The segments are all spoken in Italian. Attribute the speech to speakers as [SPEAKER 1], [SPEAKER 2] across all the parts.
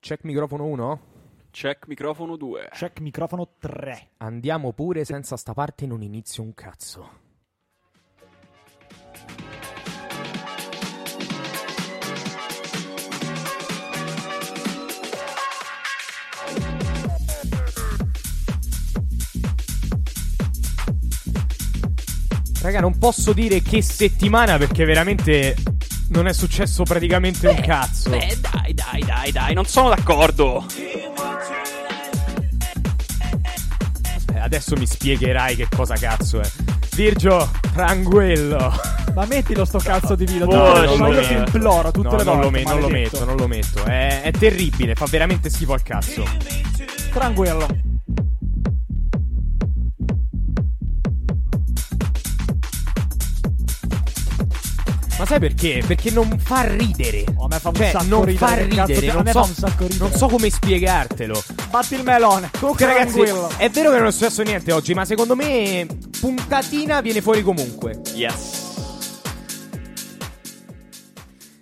[SPEAKER 1] Check microfono 1.
[SPEAKER 2] Check microfono 2.
[SPEAKER 3] Check microfono 3.
[SPEAKER 1] Andiamo pure senza sta parte non inizio un cazzo. Raga, non posso dire che settimana perché veramente non è successo praticamente un cazzo.
[SPEAKER 2] Beh, Eh, dai, dai, dai, dai, non sono d'accordo.
[SPEAKER 1] Eh, adesso mi spiegherai che cosa cazzo è. Virgio, tranquillo.
[SPEAKER 3] Ma mettilo sto cazzo di vino,
[SPEAKER 2] Buono,
[SPEAKER 3] dai, ma io ti
[SPEAKER 2] eh.
[SPEAKER 3] imploro tutte
[SPEAKER 1] No,
[SPEAKER 3] le volte.
[SPEAKER 1] non lo, me- non lo
[SPEAKER 3] maledetto.
[SPEAKER 1] metto, non lo metto. È, è terribile, fa veramente schifo al cazzo.
[SPEAKER 3] Tranquillo.
[SPEAKER 1] Ma sai perché? Perché non fa ridere.
[SPEAKER 3] Oh, a me fa un
[SPEAKER 1] Cioè,
[SPEAKER 3] sacco
[SPEAKER 1] non
[SPEAKER 3] ridere,
[SPEAKER 1] fa
[SPEAKER 3] che cazzo
[SPEAKER 1] ridere,
[SPEAKER 3] ti- a
[SPEAKER 1] non
[SPEAKER 3] me
[SPEAKER 1] so,
[SPEAKER 3] fa un sacco ridere.
[SPEAKER 1] non so come spiegartelo.
[SPEAKER 3] Batti il melone.
[SPEAKER 1] Comunque, ragazzi,
[SPEAKER 3] Tranquillo.
[SPEAKER 1] è vero che non è successo niente oggi, ma secondo me puntatina viene fuori comunque.
[SPEAKER 2] Yes.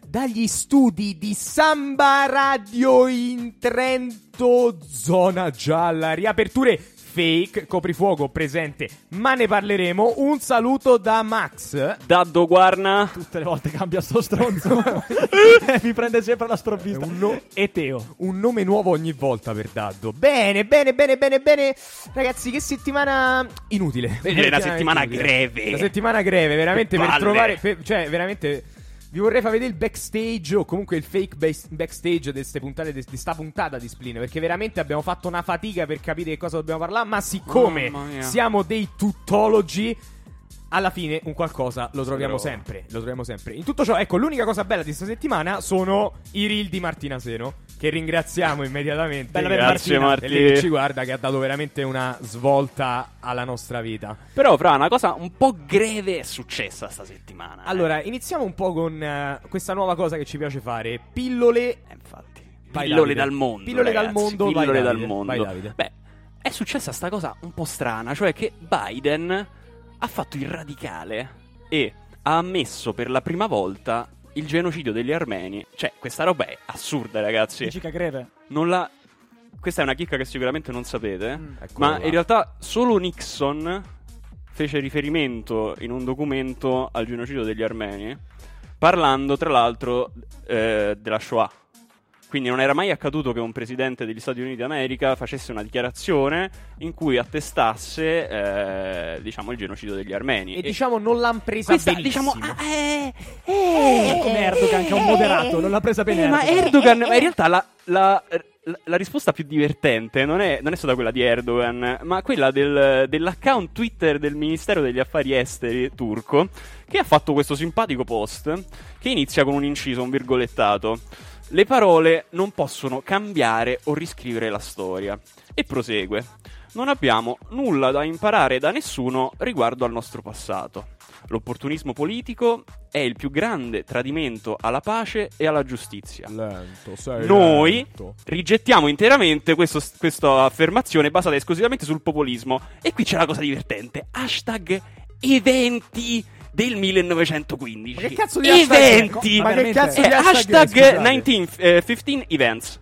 [SPEAKER 1] Dagli studi di Samba Radio in Trento, zona gialla, riaperture fake, coprifuoco presente, ma ne parleremo. Un saluto da Max.
[SPEAKER 2] Daddo Guarna.
[SPEAKER 3] Tutte le volte cambia sto stronzo. Eh, Mi prende sempre la sprovvista.
[SPEAKER 1] È un no-
[SPEAKER 3] E Teo.
[SPEAKER 1] Un nome nuovo ogni volta per Daddo. Bene, bene, bene, bene, bene. Ragazzi, che settimana inutile.
[SPEAKER 2] Vedere una settimana
[SPEAKER 1] Inutile.
[SPEAKER 2] greve.
[SPEAKER 1] Una settimana greve, veramente per
[SPEAKER 2] Palle.
[SPEAKER 1] trovare. per- cioè, veramente. Vi vorrei far vedere il backstage o comunque il fake bas- backstage di, ste puntate, di sta puntata di Splin. Perché veramente abbiamo fatto una fatica per capire di cosa dobbiamo parlare. Ma siccome
[SPEAKER 2] Mamma mia.
[SPEAKER 1] siamo dei tuttologi. Alla fine un qualcosa lo troviamo
[SPEAKER 2] Bravo.
[SPEAKER 1] sempre. Lo troviamo sempre. In tutto ciò, ecco, l'unica cosa bella di questa settimana sono i reel di Martina Seno. Che ringraziamo immediatamente.
[SPEAKER 3] Bella per
[SPEAKER 2] Grazie, Martina.
[SPEAKER 1] E lei che ci guarda, che ha dato veramente una svolta alla nostra vita.
[SPEAKER 2] Però, Fra, una cosa un po' greve è successa sta settimana. eh.
[SPEAKER 1] Allora, iniziamo un po' con eh, questa nuova cosa che ci piace fare: pillole.
[SPEAKER 2] Eh, infatti.
[SPEAKER 1] Vai, Davide.
[SPEAKER 2] pillole dal mondo.
[SPEAKER 1] Pillole dal
[SPEAKER 2] ragazzi,
[SPEAKER 1] mondo, vai,
[SPEAKER 2] Pillole
[SPEAKER 1] Davide.
[SPEAKER 2] dal mondo.
[SPEAKER 1] Vai, Davide.
[SPEAKER 2] Beh, è successa sta cosa un po' strana, cioè che Biden ha fatto il radicale e ha ammesso per la prima volta il genocidio degli armeni. Cioè, questa roba è assurda, ragazzi.
[SPEAKER 3] Dici che greve.
[SPEAKER 2] Non la... Questa è una chicca che sicuramente non sapete,
[SPEAKER 3] Mm.
[SPEAKER 1] Eccola
[SPEAKER 2] ma
[SPEAKER 1] là.
[SPEAKER 2] in realtà solo Nixon fece riferimento in un documento al genocidio degli armeni, parlando tra l'altro eh, della Shoah. Quindi non era mai accaduto che un presidente degli Stati Uniti d'America facesse una dichiarazione in cui attestasse eh, diciamo, il genocidio degli armeni.
[SPEAKER 1] E diciamo, non l'hanno presa
[SPEAKER 2] questa,
[SPEAKER 1] benissimo.
[SPEAKER 2] diciamo, ah, eh,
[SPEAKER 3] È
[SPEAKER 2] eh,
[SPEAKER 3] come Erdogan, Ecco, che è un moderato. Non l'ha presa bene.
[SPEAKER 2] eh, ma
[SPEAKER 3] Erdogan.
[SPEAKER 2] Erdogan, ma in realtà la, la- la- la risposta più divertente non è, non è stata quella di Erdogan, ma quella del- dell'account Twitter del Ministero degli Affari Esteri turco, che ha fatto questo simpatico post che inizia con un inciso, un virgolettato. Le parole non possono cambiare o riscrivere la storia. E prosegue. Non abbiamo nulla da imparare da nessuno riguardo al nostro passato. L'opportunismo politico è il più grande tradimento alla pace e alla giustizia.
[SPEAKER 1] Lento, sei
[SPEAKER 2] Noi
[SPEAKER 1] lento.
[SPEAKER 2] rigettiamo interamente questo- questa affermazione basata esclusivamente sul populismo. E qui c'è la cosa divertente. Hashtag eventi del 1915.
[SPEAKER 1] Ma che cazzo di hashtag è?
[SPEAKER 2] eventi?
[SPEAKER 3] Ma
[SPEAKER 1] Ma che
[SPEAKER 3] veramente?
[SPEAKER 1] cazzo
[SPEAKER 2] Eh,
[SPEAKER 1] di hashtag,
[SPEAKER 2] hashtag
[SPEAKER 1] è? Scusate.
[SPEAKER 2] 19, eh, 15 events.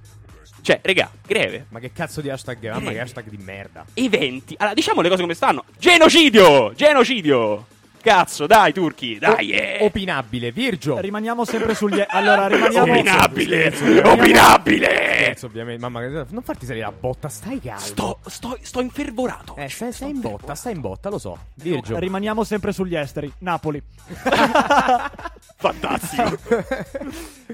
[SPEAKER 2] Cioè, regà, greve.
[SPEAKER 1] Ma che cazzo di hashtag è? Mamma
[SPEAKER 2] Eh.
[SPEAKER 1] che hashtag di merda.
[SPEAKER 2] Eventi. Allora, diciamo le cose come stanno. Genocidio! Genocidio! Cazzo, dai, turchi, dai! eh.
[SPEAKER 1] Opinabile, Virgio.
[SPEAKER 3] Rimaniamo sempre sugli. Allora, rimaniamo.
[SPEAKER 2] opinabile!
[SPEAKER 3] Rimaniamo-
[SPEAKER 2] Opinabile!
[SPEAKER 1] Scherzo, ovviamente. Mamma che- non farti salire la botta, stai calmo.
[SPEAKER 2] Eh. Sto, sto, sto infervorato.
[SPEAKER 1] Eh, stai, stai in botta, stai in botta, lo so. Virgio.
[SPEAKER 3] Rimaniamo sempre sugli esteri. Napoli.
[SPEAKER 2] Fantastico.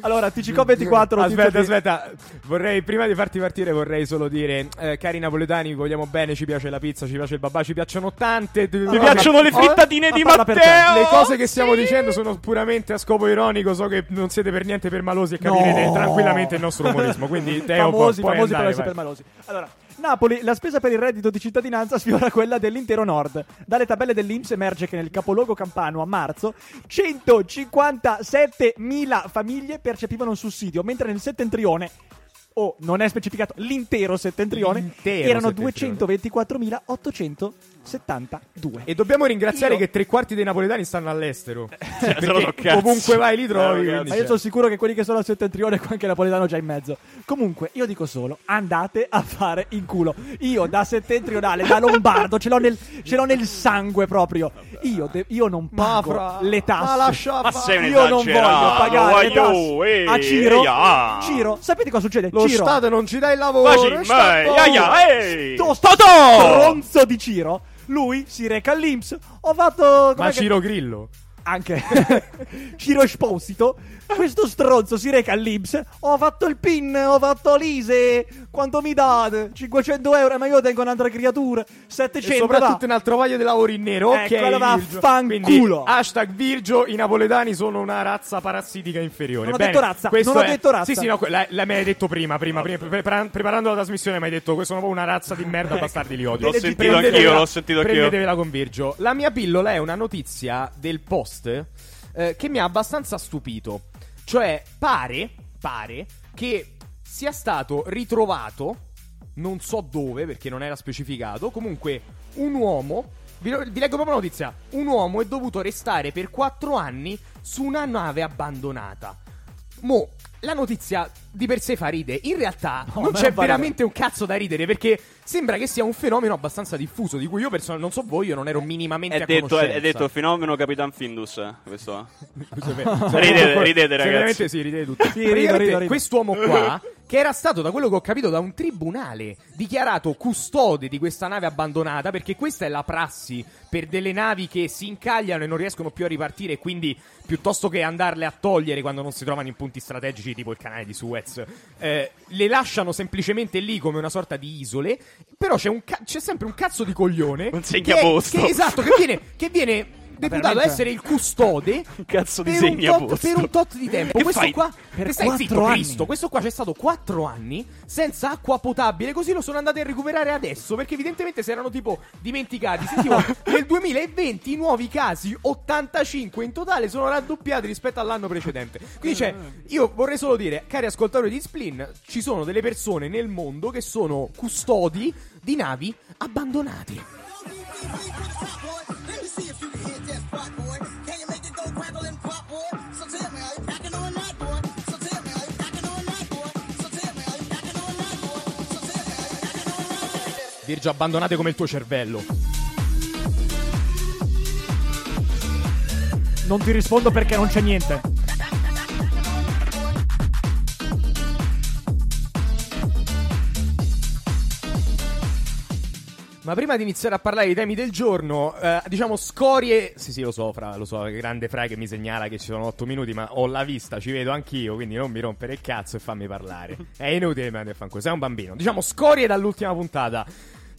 [SPEAKER 3] Allora, TCK24.
[SPEAKER 1] Aspetta,
[SPEAKER 3] titoli-
[SPEAKER 1] Ah, aspetta. Vorrei, prima di farti partire, vorrei solo dire, eh, cari napoletani, vi vogliamo bene, ci piace la pizza, ci piace il babà, ci piacciono tante.
[SPEAKER 2] Mi piacciono le frittatine
[SPEAKER 3] Eh? ma
[SPEAKER 2] di
[SPEAKER 3] parla per te.
[SPEAKER 2] Matteo.
[SPEAKER 1] Le cose che stiamo dicendo sono puramente a scopo ironico. So che non siete per niente permalosi e capirete
[SPEAKER 3] No.
[SPEAKER 1] tranquillamente il nostro umorismo. Quindi, Teo,
[SPEAKER 3] famosi,
[SPEAKER 1] puoi
[SPEAKER 3] famosi per
[SPEAKER 1] andare,
[SPEAKER 3] essere
[SPEAKER 1] vai.
[SPEAKER 3] permalosi. Allora, Napoli, la spesa per il reddito di cittadinanza sfiora quella dell'intero nord. Dalle tabelle dell'Inps emerge che nel capoluogo campano a marzo 157.000 famiglie percepivano un sussidio, mentre nel settentrione o non è specificato l'intero settentrione
[SPEAKER 1] L'intero
[SPEAKER 3] erano
[SPEAKER 1] settentrione.
[SPEAKER 3] 224.800 72.
[SPEAKER 1] E dobbiamo ringraziare
[SPEAKER 3] Io-
[SPEAKER 1] che tre quarti dei napoletani stanno all'estero. Perché
[SPEAKER 2] sono cazzi.
[SPEAKER 1] ovunque vai li trovi.
[SPEAKER 2] Eh, ragazzi.
[SPEAKER 1] quindi
[SPEAKER 3] Ma
[SPEAKER 1] c'è.
[SPEAKER 3] io sono sicuro che quelli che sono al settentrione qualche napoletano già in mezzo. Comunque, io dico solo: andate a fare in culo. Io da settentrionale, da lombardo, ce l'ho nel, ce l'ho nel sangue proprio. Io, de- io non
[SPEAKER 1] Ma
[SPEAKER 3] pago
[SPEAKER 1] fra-
[SPEAKER 3] le tasse.
[SPEAKER 1] Ma lascia
[SPEAKER 2] Ma
[SPEAKER 1] fa-
[SPEAKER 2] sei un
[SPEAKER 3] Io non voglio
[SPEAKER 2] esagerato,
[SPEAKER 3] pagare le
[SPEAKER 2] voglio,
[SPEAKER 3] tasse
[SPEAKER 2] eh,
[SPEAKER 3] a Ciro.
[SPEAKER 2] ia.
[SPEAKER 3] Ciro, sapete cosa succede?
[SPEAKER 1] ah. Lo
[SPEAKER 3] Ciro, oh,
[SPEAKER 1] Stato non ci dà il lavoro.
[SPEAKER 2] Facci,
[SPEAKER 1] e sta
[SPEAKER 2] vai,
[SPEAKER 1] paura.
[SPEAKER 2] ia, ia, ehi!
[SPEAKER 3] sto stronzo di Ciro, lui si reca all'Inps. Ho fatto.
[SPEAKER 1] Ma
[SPEAKER 3] com'è che-
[SPEAKER 1] Ciro Grillo.
[SPEAKER 3] anche Ciro Esposito. Questo stronzo si reca all'Ibs. Ho fatto il pin, ho fatto l'ISE. Quanto mi date? 500 euro, ma io tengo un'altra creatura.
[SPEAKER 1] E
[SPEAKER 3] 700
[SPEAKER 1] soprattutto
[SPEAKER 3] va.
[SPEAKER 1] un altro paio di lavori in nero. Ok,
[SPEAKER 3] Ecco, allora
[SPEAKER 1] Virgio.
[SPEAKER 3] vaffanculo.
[SPEAKER 1] Quindi, hashtag Virgio, i napoletani sono una razza parassitica inferiore.
[SPEAKER 3] Non ho
[SPEAKER 1] Bene,
[SPEAKER 3] detto razza,
[SPEAKER 1] questo
[SPEAKER 3] non ho
[SPEAKER 1] è-
[SPEAKER 3] detto razza.
[SPEAKER 1] Sì, sì, no, que- la, la- me l'hai detto prima, prima, prima, pre- pre- preparando la trasmissione mi hai detto che sono proprio una razza di merda,
[SPEAKER 3] Ecco.
[SPEAKER 1] bastardi li odio.
[SPEAKER 2] L'ho
[SPEAKER 3] Prendetevela-
[SPEAKER 2] sentito anch'io, l'ho sentito anch'io.
[SPEAKER 1] Prendetevela con Virgio. La mia pillola è una notizia del post eh, che mi ha abbastanza stupito. Cioè, pare, pare che sia stato ritrovato, non so dove perché non era specificato, comunque un uomo, vi, vi leggo proprio la notizia, un uomo è dovuto restare per 4 anni su una nave abbandonata. Mo, la notizia di per sé fa ridere, in realtà
[SPEAKER 3] No,
[SPEAKER 1] non c'è
[SPEAKER 3] ma non fa ridere.
[SPEAKER 1] veramente veramente un cazzo da ridere perché sembra che sia un fenomeno abbastanza diffuso di cui io personalmente non so voi, io non ero minimamente
[SPEAKER 2] È
[SPEAKER 1] a
[SPEAKER 2] detto, è,
[SPEAKER 1] conoscenza.
[SPEAKER 2] è detto fenomeno Capitan Findus. eh, Questo.
[SPEAKER 1] Ridete,
[SPEAKER 2] ridete, ragazzi.
[SPEAKER 1] Veramente sì, ridete tutti.
[SPEAKER 3] Sì, rido,
[SPEAKER 1] Praticamente
[SPEAKER 3] rido, rido.
[SPEAKER 1] Quest'uomo qua, che era stato, da quello che ho capito, da un tribunale dichiarato custode di questa nave abbandonata, perché questa è la prassi per delle navi che si incagliano e non riescono più a ripartire, quindi piuttosto che andarle a togliere quando non si trovano in punti strategici tipo il canale di Suez, eh, le lasciano semplicemente lì come una sorta di isole, però c'è, un ca- c'è sempre un cazzo di coglione...
[SPEAKER 2] Un
[SPEAKER 1] che è-
[SPEAKER 2] segnaposto.
[SPEAKER 1] che- Esatto, che viene... Che viene deputato ad
[SPEAKER 3] veramente?
[SPEAKER 1] essere il custode
[SPEAKER 2] Cazzo di
[SPEAKER 1] per un, tot,
[SPEAKER 2] segnaposto.
[SPEAKER 1] per un tot di tempo.
[SPEAKER 2] Che
[SPEAKER 1] questo
[SPEAKER 2] fai?
[SPEAKER 1] qua,
[SPEAKER 3] Per
[SPEAKER 1] per stai zitto,
[SPEAKER 3] quattro anni.
[SPEAKER 1] Cristo. Questo qua c'è stato 4 anni senza acqua potabile. Così lo sono andati a recuperare adesso. Perché evidentemente si erano tipo dimenticati. Sentivo nel 2020 i nuovi casi, 85 in totale, sono raddoppiati rispetto all'anno precedente. Quindi c'è, io vorrei solo dire, cari ascoltatori di Splin, ci sono delle persone nel mondo che sono custodi di navi abbandonate.
[SPEAKER 4] Let me see if you can hit that spot, boy. Can you make it go crackle and pop, boy? So tell me, are you packing or not, boy? So tell me, are you packing or not, boy? So tell me, are you packing or not, boy? So tell me, are you packing or not, boy?
[SPEAKER 1] Virgio, abbandonate come il tuo cervello.
[SPEAKER 3] Non ti rispondo perché non c'è niente.
[SPEAKER 1] Ma prima di iniziare a parlare dei temi del giorno, eh, diciamo scorie. Sì, sì, lo so, Fra, lo so, grande Fra che mi segnala che ci sono 8 minuti, ma ho la vista, ci vedo anch'io, quindi non mi rompere il cazzo e fammi parlare. È inutile che mi mandi a fanculo, sei un bambino. Diciamo scorie dall'ultima puntata.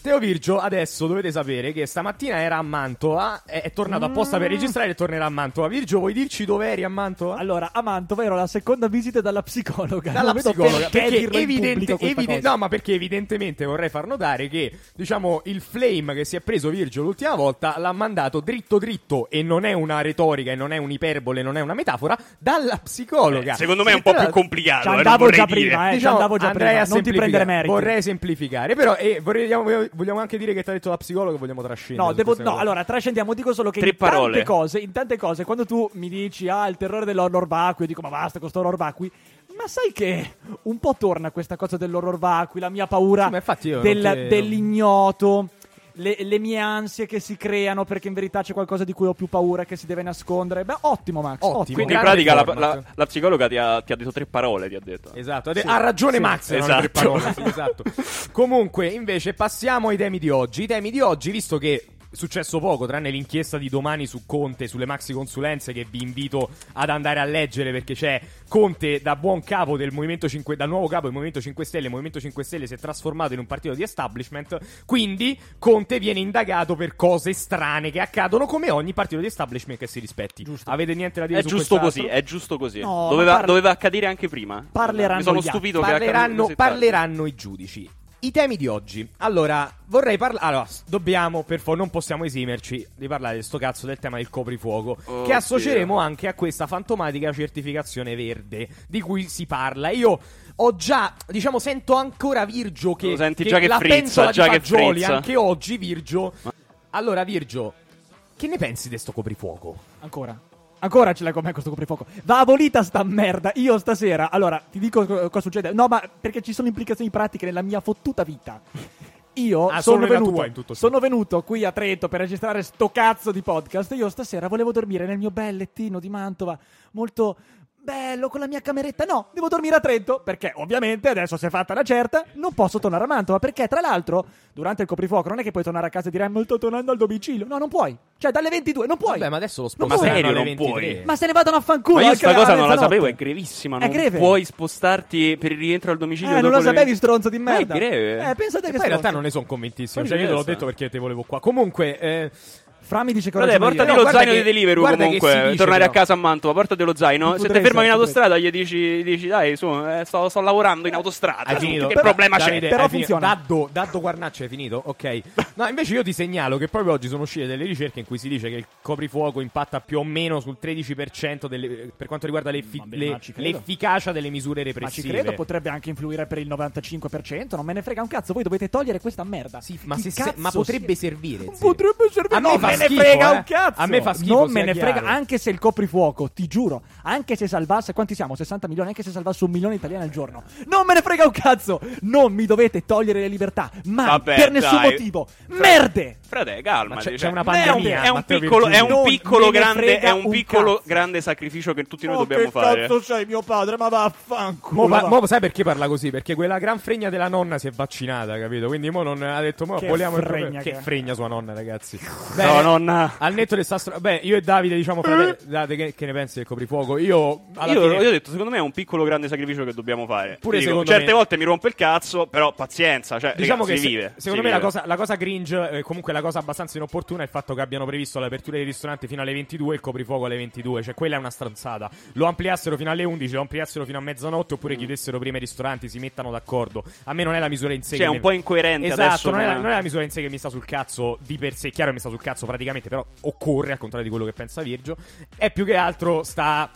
[SPEAKER 1] Teo Virgio, adesso dovete sapere che stamattina era a Mantova, è, è tornato apposta per registrare e tornerà a Mantova. Virgio, vuoi dirci dove eri a Mantova?
[SPEAKER 3] Allora, a Mantova ero alla seconda visita dalla psicologa.
[SPEAKER 1] dalla
[SPEAKER 3] Non vedo
[SPEAKER 1] psicologa perché,
[SPEAKER 3] dirlo in
[SPEAKER 1] evidente,
[SPEAKER 3] pubblico questa
[SPEAKER 1] evide-
[SPEAKER 3] cosa.
[SPEAKER 1] no, ma perché evidentemente vorrei far notare che diciamo il flame che si è preso Virgio l'ultima volta l'ha mandato dritto dritto e non è una retorica e non è un'iperbole non è una metafora dalla psicologa
[SPEAKER 2] Eh, Secondo me è un
[SPEAKER 1] E
[SPEAKER 2] po'
[SPEAKER 1] tra
[SPEAKER 2] più
[SPEAKER 1] l'altro-
[SPEAKER 2] complicato.
[SPEAKER 3] Ci
[SPEAKER 2] eh, non
[SPEAKER 3] andavo
[SPEAKER 2] vorrei
[SPEAKER 3] già
[SPEAKER 2] dire.
[SPEAKER 3] prima, eh. ci
[SPEAKER 1] diciamo,
[SPEAKER 3] andavo già
[SPEAKER 1] andrei a
[SPEAKER 3] prima. Non ti
[SPEAKER 1] semplificare.
[SPEAKER 3] prendere meriti.
[SPEAKER 1] Vorrei semplificare, però eh, vogliamo, vogliamo anche dire che ti ha detto la psicologa. Vogliamo trascendere.
[SPEAKER 3] No,
[SPEAKER 1] su
[SPEAKER 3] devo,
[SPEAKER 1] questa
[SPEAKER 3] no
[SPEAKER 1] cosa.
[SPEAKER 3] allora trascendiamo. Dico solo che
[SPEAKER 2] Tre
[SPEAKER 3] in tante
[SPEAKER 2] parole.
[SPEAKER 3] cose, in tante cose, quando tu mi dici ah, il terrore dell'horror vacui, io dico ma basta con sto horror vacui. Ma sai che un po' torna questa cosa dell'horror vacui, la mia paura
[SPEAKER 1] Sì, ma infatti io non
[SPEAKER 3] del-
[SPEAKER 1] ti-
[SPEAKER 3] dell'ignoto. Le, le mie ansie che si creano perché in verità c'è qualcosa di cui ho più paura che si deve nascondere. Beh, ottimo, Max.
[SPEAKER 1] Ottimo.
[SPEAKER 3] Ottimo.
[SPEAKER 2] Quindi in
[SPEAKER 1] Grande
[SPEAKER 2] pratica la,
[SPEAKER 1] format.
[SPEAKER 2] la- la psicologa ti ha, ti ha detto tre parole, ti ha detto.
[SPEAKER 1] Esatto, ha de- ha ragione
[SPEAKER 3] sì,
[SPEAKER 1] Max. erano
[SPEAKER 2] esatto.
[SPEAKER 1] le tre parole, sì, esatto. Comunque, invece, passiamo ai temi di oggi. I temi di oggi, visto che è successo poco, tranne l'inchiesta di domani su Conte, sulle maxi consulenze, che vi invito ad andare a leggere perché c'è Conte da buon capo del Movimento 5, dal nuovo capo del Movimento 5 Stelle. Il Movimento 5 Stelle si è trasformato in un partito di establishment. Quindi, Conte viene indagato per cose strane che accadono, come ogni partito di establishment che si rispetti. Avete niente da dire
[SPEAKER 2] È
[SPEAKER 1] su
[SPEAKER 2] giusto
[SPEAKER 1] quest'altro?
[SPEAKER 2] così, è giusto così.
[SPEAKER 3] No,
[SPEAKER 2] doveva,
[SPEAKER 3] ma parla-
[SPEAKER 2] doveva accadere anche prima.
[SPEAKER 3] Parleranno
[SPEAKER 2] Mi sono
[SPEAKER 3] gli
[SPEAKER 2] stupito che
[SPEAKER 1] parleranno,
[SPEAKER 2] accaduto così tardi.
[SPEAKER 1] parleranno i giudici. I temi di oggi. Allora, vorrei parlare. Allora, s- dobbiamo, per favore, non possiamo esimerci di parlare di sto cazzo del tema del coprifuoco. che
[SPEAKER 2] Oddio.
[SPEAKER 1] associeremo anche a questa fantomatica certificazione verde di cui si parla. Io ho già, diciamo, sento ancora Virgio che.
[SPEAKER 2] Lo senti già che
[SPEAKER 1] la
[SPEAKER 2] frizza,
[SPEAKER 1] pentola di
[SPEAKER 2] già che
[SPEAKER 1] fagioli,
[SPEAKER 2] frizza.
[SPEAKER 1] anche oggi, Virgio. Allora, Virgio, che ne pensi di sto coprifuoco?
[SPEAKER 3] Ancora. Ancora ce l'hai con me questo coprifuoco. Va abolita sta merda. Io stasera. Allora, ti dico co- cosa succede. No, ma perché ci sono implicazioni pratiche nella mia fottuta vita. Io
[SPEAKER 1] Ah, solo
[SPEAKER 3] sono,
[SPEAKER 1] nella
[SPEAKER 3] venuto,
[SPEAKER 1] tua, in tutto ciò.
[SPEAKER 3] sono venuto qui a Trento per registrare sto cazzo di podcast. Io stasera volevo dormire nel mio bel lettino di Mantova, molto bello, con la mia cameretta. No, devo dormire a Trento perché ovviamente adesso si è fatta la certa. Non posso tornare a Mantova perché, tra l'altro, durante il coprifuoco non è che puoi tornare a casa e dire: "Eh, Ma sto tornando al domicilio. No, non puoi. Cioè, dalle 22 non puoi.
[SPEAKER 1] Vabbè, ma adesso lo
[SPEAKER 3] Non
[SPEAKER 1] sposteranno
[SPEAKER 3] puoi.
[SPEAKER 1] alle
[SPEAKER 2] Ma serio, non puoi?
[SPEAKER 1] 23.
[SPEAKER 3] Ma se ne vadano a fanculo.
[SPEAKER 2] Ma io
[SPEAKER 3] anche
[SPEAKER 2] sta cosa
[SPEAKER 3] alla
[SPEAKER 2] non la
[SPEAKER 3] mezzanotte.
[SPEAKER 2] sapevo, è grevissima. Non
[SPEAKER 3] È greve.
[SPEAKER 2] puoi spostarti per il rientro al domicilio.
[SPEAKER 3] Eh, non
[SPEAKER 2] dopo
[SPEAKER 3] lo
[SPEAKER 2] le-
[SPEAKER 3] sapevi, stronzo di merda.
[SPEAKER 2] Ma è greve.
[SPEAKER 3] Eh, pensate
[SPEAKER 1] E
[SPEAKER 3] che
[SPEAKER 1] poi in realtà
[SPEAKER 3] stronzo.
[SPEAKER 1] non ne sono convintissimo.
[SPEAKER 2] Poi
[SPEAKER 1] Cioè, io te l'ho
[SPEAKER 2] interessa.
[SPEAKER 1] detto perché te volevo qua. Comunque, eh,
[SPEAKER 3] Fra mi dice che ho
[SPEAKER 2] Vabbè,
[SPEAKER 3] ragione
[SPEAKER 2] portati
[SPEAKER 3] io.
[SPEAKER 1] No,
[SPEAKER 2] lo
[SPEAKER 1] guarda
[SPEAKER 2] zaino
[SPEAKER 1] che-
[SPEAKER 2] di delivery
[SPEAKER 1] guarda che
[SPEAKER 2] comunque.
[SPEAKER 1] si dice,
[SPEAKER 2] tornare
[SPEAKER 1] però.
[SPEAKER 2] a casa a Mantova, portatelo zaino.
[SPEAKER 3] Mi
[SPEAKER 2] Se ti
[SPEAKER 3] potrei,
[SPEAKER 2] fermano in
[SPEAKER 3] sì,
[SPEAKER 2] autostrada, gli dici, dici dai, su, eh, sto, sto lavorando in autostrada.
[SPEAKER 1] Hai
[SPEAKER 2] Su,
[SPEAKER 1] finito?
[SPEAKER 2] Che
[SPEAKER 3] Però-
[SPEAKER 2] problema c'è?
[SPEAKER 1] Davide,
[SPEAKER 3] Però
[SPEAKER 1] hai finito?
[SPEAKER 3] funziona.
[SPEAKER 1] Daddo, Daddo Guarnaccio, hai finito? Ok. No, invece io ti segnalo che proprio oggi sono uscite delle ricerche in cui si dice che il coprifuoco impatta più o meno sul 13% delle- per quanto riguarda
[SPEAKER 2] Mm,
[SPEAKER 1] l'effi-
[SPEAKER 3] Vabbè, ma
[SPEAKER 1] le-
[SPEAKER 3] ci credo.
[SPEAKER 1] l'efficacia delle misure
[SPEAKER 3] Ma ci
[SPEAKER 1] repressive.
[SPEAKER 3] credo, potrebbe anche influire per il 95%. Non me ne frega un cazzo. Voi dovete togliere questa merda.
[SPEAKER 1] Sì, ma,
[SPEAKER 3] Chi
[SPEAKER 1] se se-
[SPEAKER 3] cazzo
[SPEAKER 1] ma
[SPEAKER 3] si-
[SPEAKER 1] potrebbe servire. zio.
[SPEAKER 3] Potrebbe servire
[SPEAKER 1] A me
[SPEAKER 3] non
[SPEAKER 1] fa
[SPEAKER 3] me ne
[SPEAKER 1] schifo,
[SPEAKER 3] frega
[SPEAKER 1] eh.
[SPEAKER 3] un cazzo.
[SPEAKER 1] A me fa schifo,
[SPEAKER 3] Non me
[SPEAKER 1] sia
[SPEAKER 3] ne frega
[SPEAKER 1] chiaro.
[SPEAKER 3] anche se il coprifuoco, ti giuro. Anche se salvasse, quanti siamo? 60 milioni. Anche se salvasse un milione di italiani al giorno. Non me ne frega un cazzo. Non mi dovete togliere le libertà. Ma
[SPEAKER 2] Vabbè,
[SPEAKER 3] per nessun
[SPEAKER 2] dai.
[SPEAKER 3] motivo.
[SPEAKER 2] Fra-
[SPEAKER 3] Merde.
[SPEAKER 2] Frate, calma. Eh,
[SPEAKER 1] Ma c'è- c'è una
[SPEAKER 2] È
[SPEAKER 1] pandemia,
[SPEAKER 2] un, è un
[SPEAKER 1] Matteo
[SPEAKER 2] piccolo, è
[SPEAKER 1] Virgilio.
[SPEAKER 2] un
[SPEAKER 3] Non
[SPEAKER 2] piccolo,
[SPEAKER 3] me ne
[SPEAKER 2] grande,
[SPEAKER 3] frega
[SPEAKER 2] è un
[SPEAKER 3] un
[SPEAKER 2] piccolo
[SPEAKER 3] cazzo.
[SPEAKER 2] grande sacrificio che tutti noi
[SPEAKER 3] Oh,
[SPEAKER 2] dobbiamo fare.
[SPEAKER 3] sei mio padre? Ma vaffanculo.
[SPEAKER 1] Mo,
[SPEAKER 3] va.
[SPEAKER 1] pa- mo sai perché parla così? Perché quella gran fregna della nonna si è vaccinata, capito? Quindi mo non ha detto mo
[SPEAKER 3] Che
[SPEAKER 1] vogliamo il
[SPEAKER 3] fregna
[SPEAKER 1] proprio-
[SPEAKER 3] che
[SPEAKER 1] che
[SPEAKER 3] è.
[SPEAKER 1] fregna sua nonna, ragazzi.
[SPEAKER 2] No,
[SPEAKER 1] Bene.
[SPEAKER 2] nonna.
[SPEAKER 1] Al netto del sastro. Beh, io e Davide, diciamo, frate, Davide, che, che ne pensi del coprifuoco? Io. alla
[SPEAKER 2] Io,
[SPEAKER 1] fine-
[SPEAKER 2] io ho detto, secondo me è un piccolo grande sacrificio che dobbiamo fare.
[SPEAKER 1] Pure
[SPEAKER 2] Ti dico,
[SPEAKER 1] secondo
[SPEAKER 2] certe
[SPEAKER 1] me.
[SPEAKER 2] volte mi rompe il cazzo, però pazienza. Cioè,
[SPEAKER 1] Diciamo
[SPEAKER 2] ragazzi,
[SPEAKER 1] che
[SPEAKER 2] si
[SPEAKER 1] se-
[SPEAKER 2] vive. si
[SPEAKER 1] secondo me la
[SPEAKER 2] vive.
[SPEAKER 1] cosa, la cosa cringe, eh, comunque la cosa abbastanza inopportuna è il fatto che abbiano previsto l'apertura dei ristoranti fino alle 22 e il coprifuoco alle 22, cioè quella è una stronzata. Lo ampliassero fino alle 11, lo ampliassero fino a mezzanotte oppure chiudessero prima i ristoranti, si mettano d'accordo. A me non è la misura in sé.
[SPEAKER 2] Sì,
[SPEAKER 1] che
[SPEAKER 2] Cioè, è un
[SPEAKER 1] mi-
[SPEAKER 2] po' incoerente
[SPEAKER 1] esatto,
[SPEAKER 2] adesso
[SPEAKER 1] Non, è la,
[SPEAKER 2] come-
[SPEAKER 1] non è la misura in sé che mi sta sul cazzo di per sé, chiaro che mi sta sul cazzo praticamente, però occorre, al contrario di quello che pensa Virgio, è più che altro sta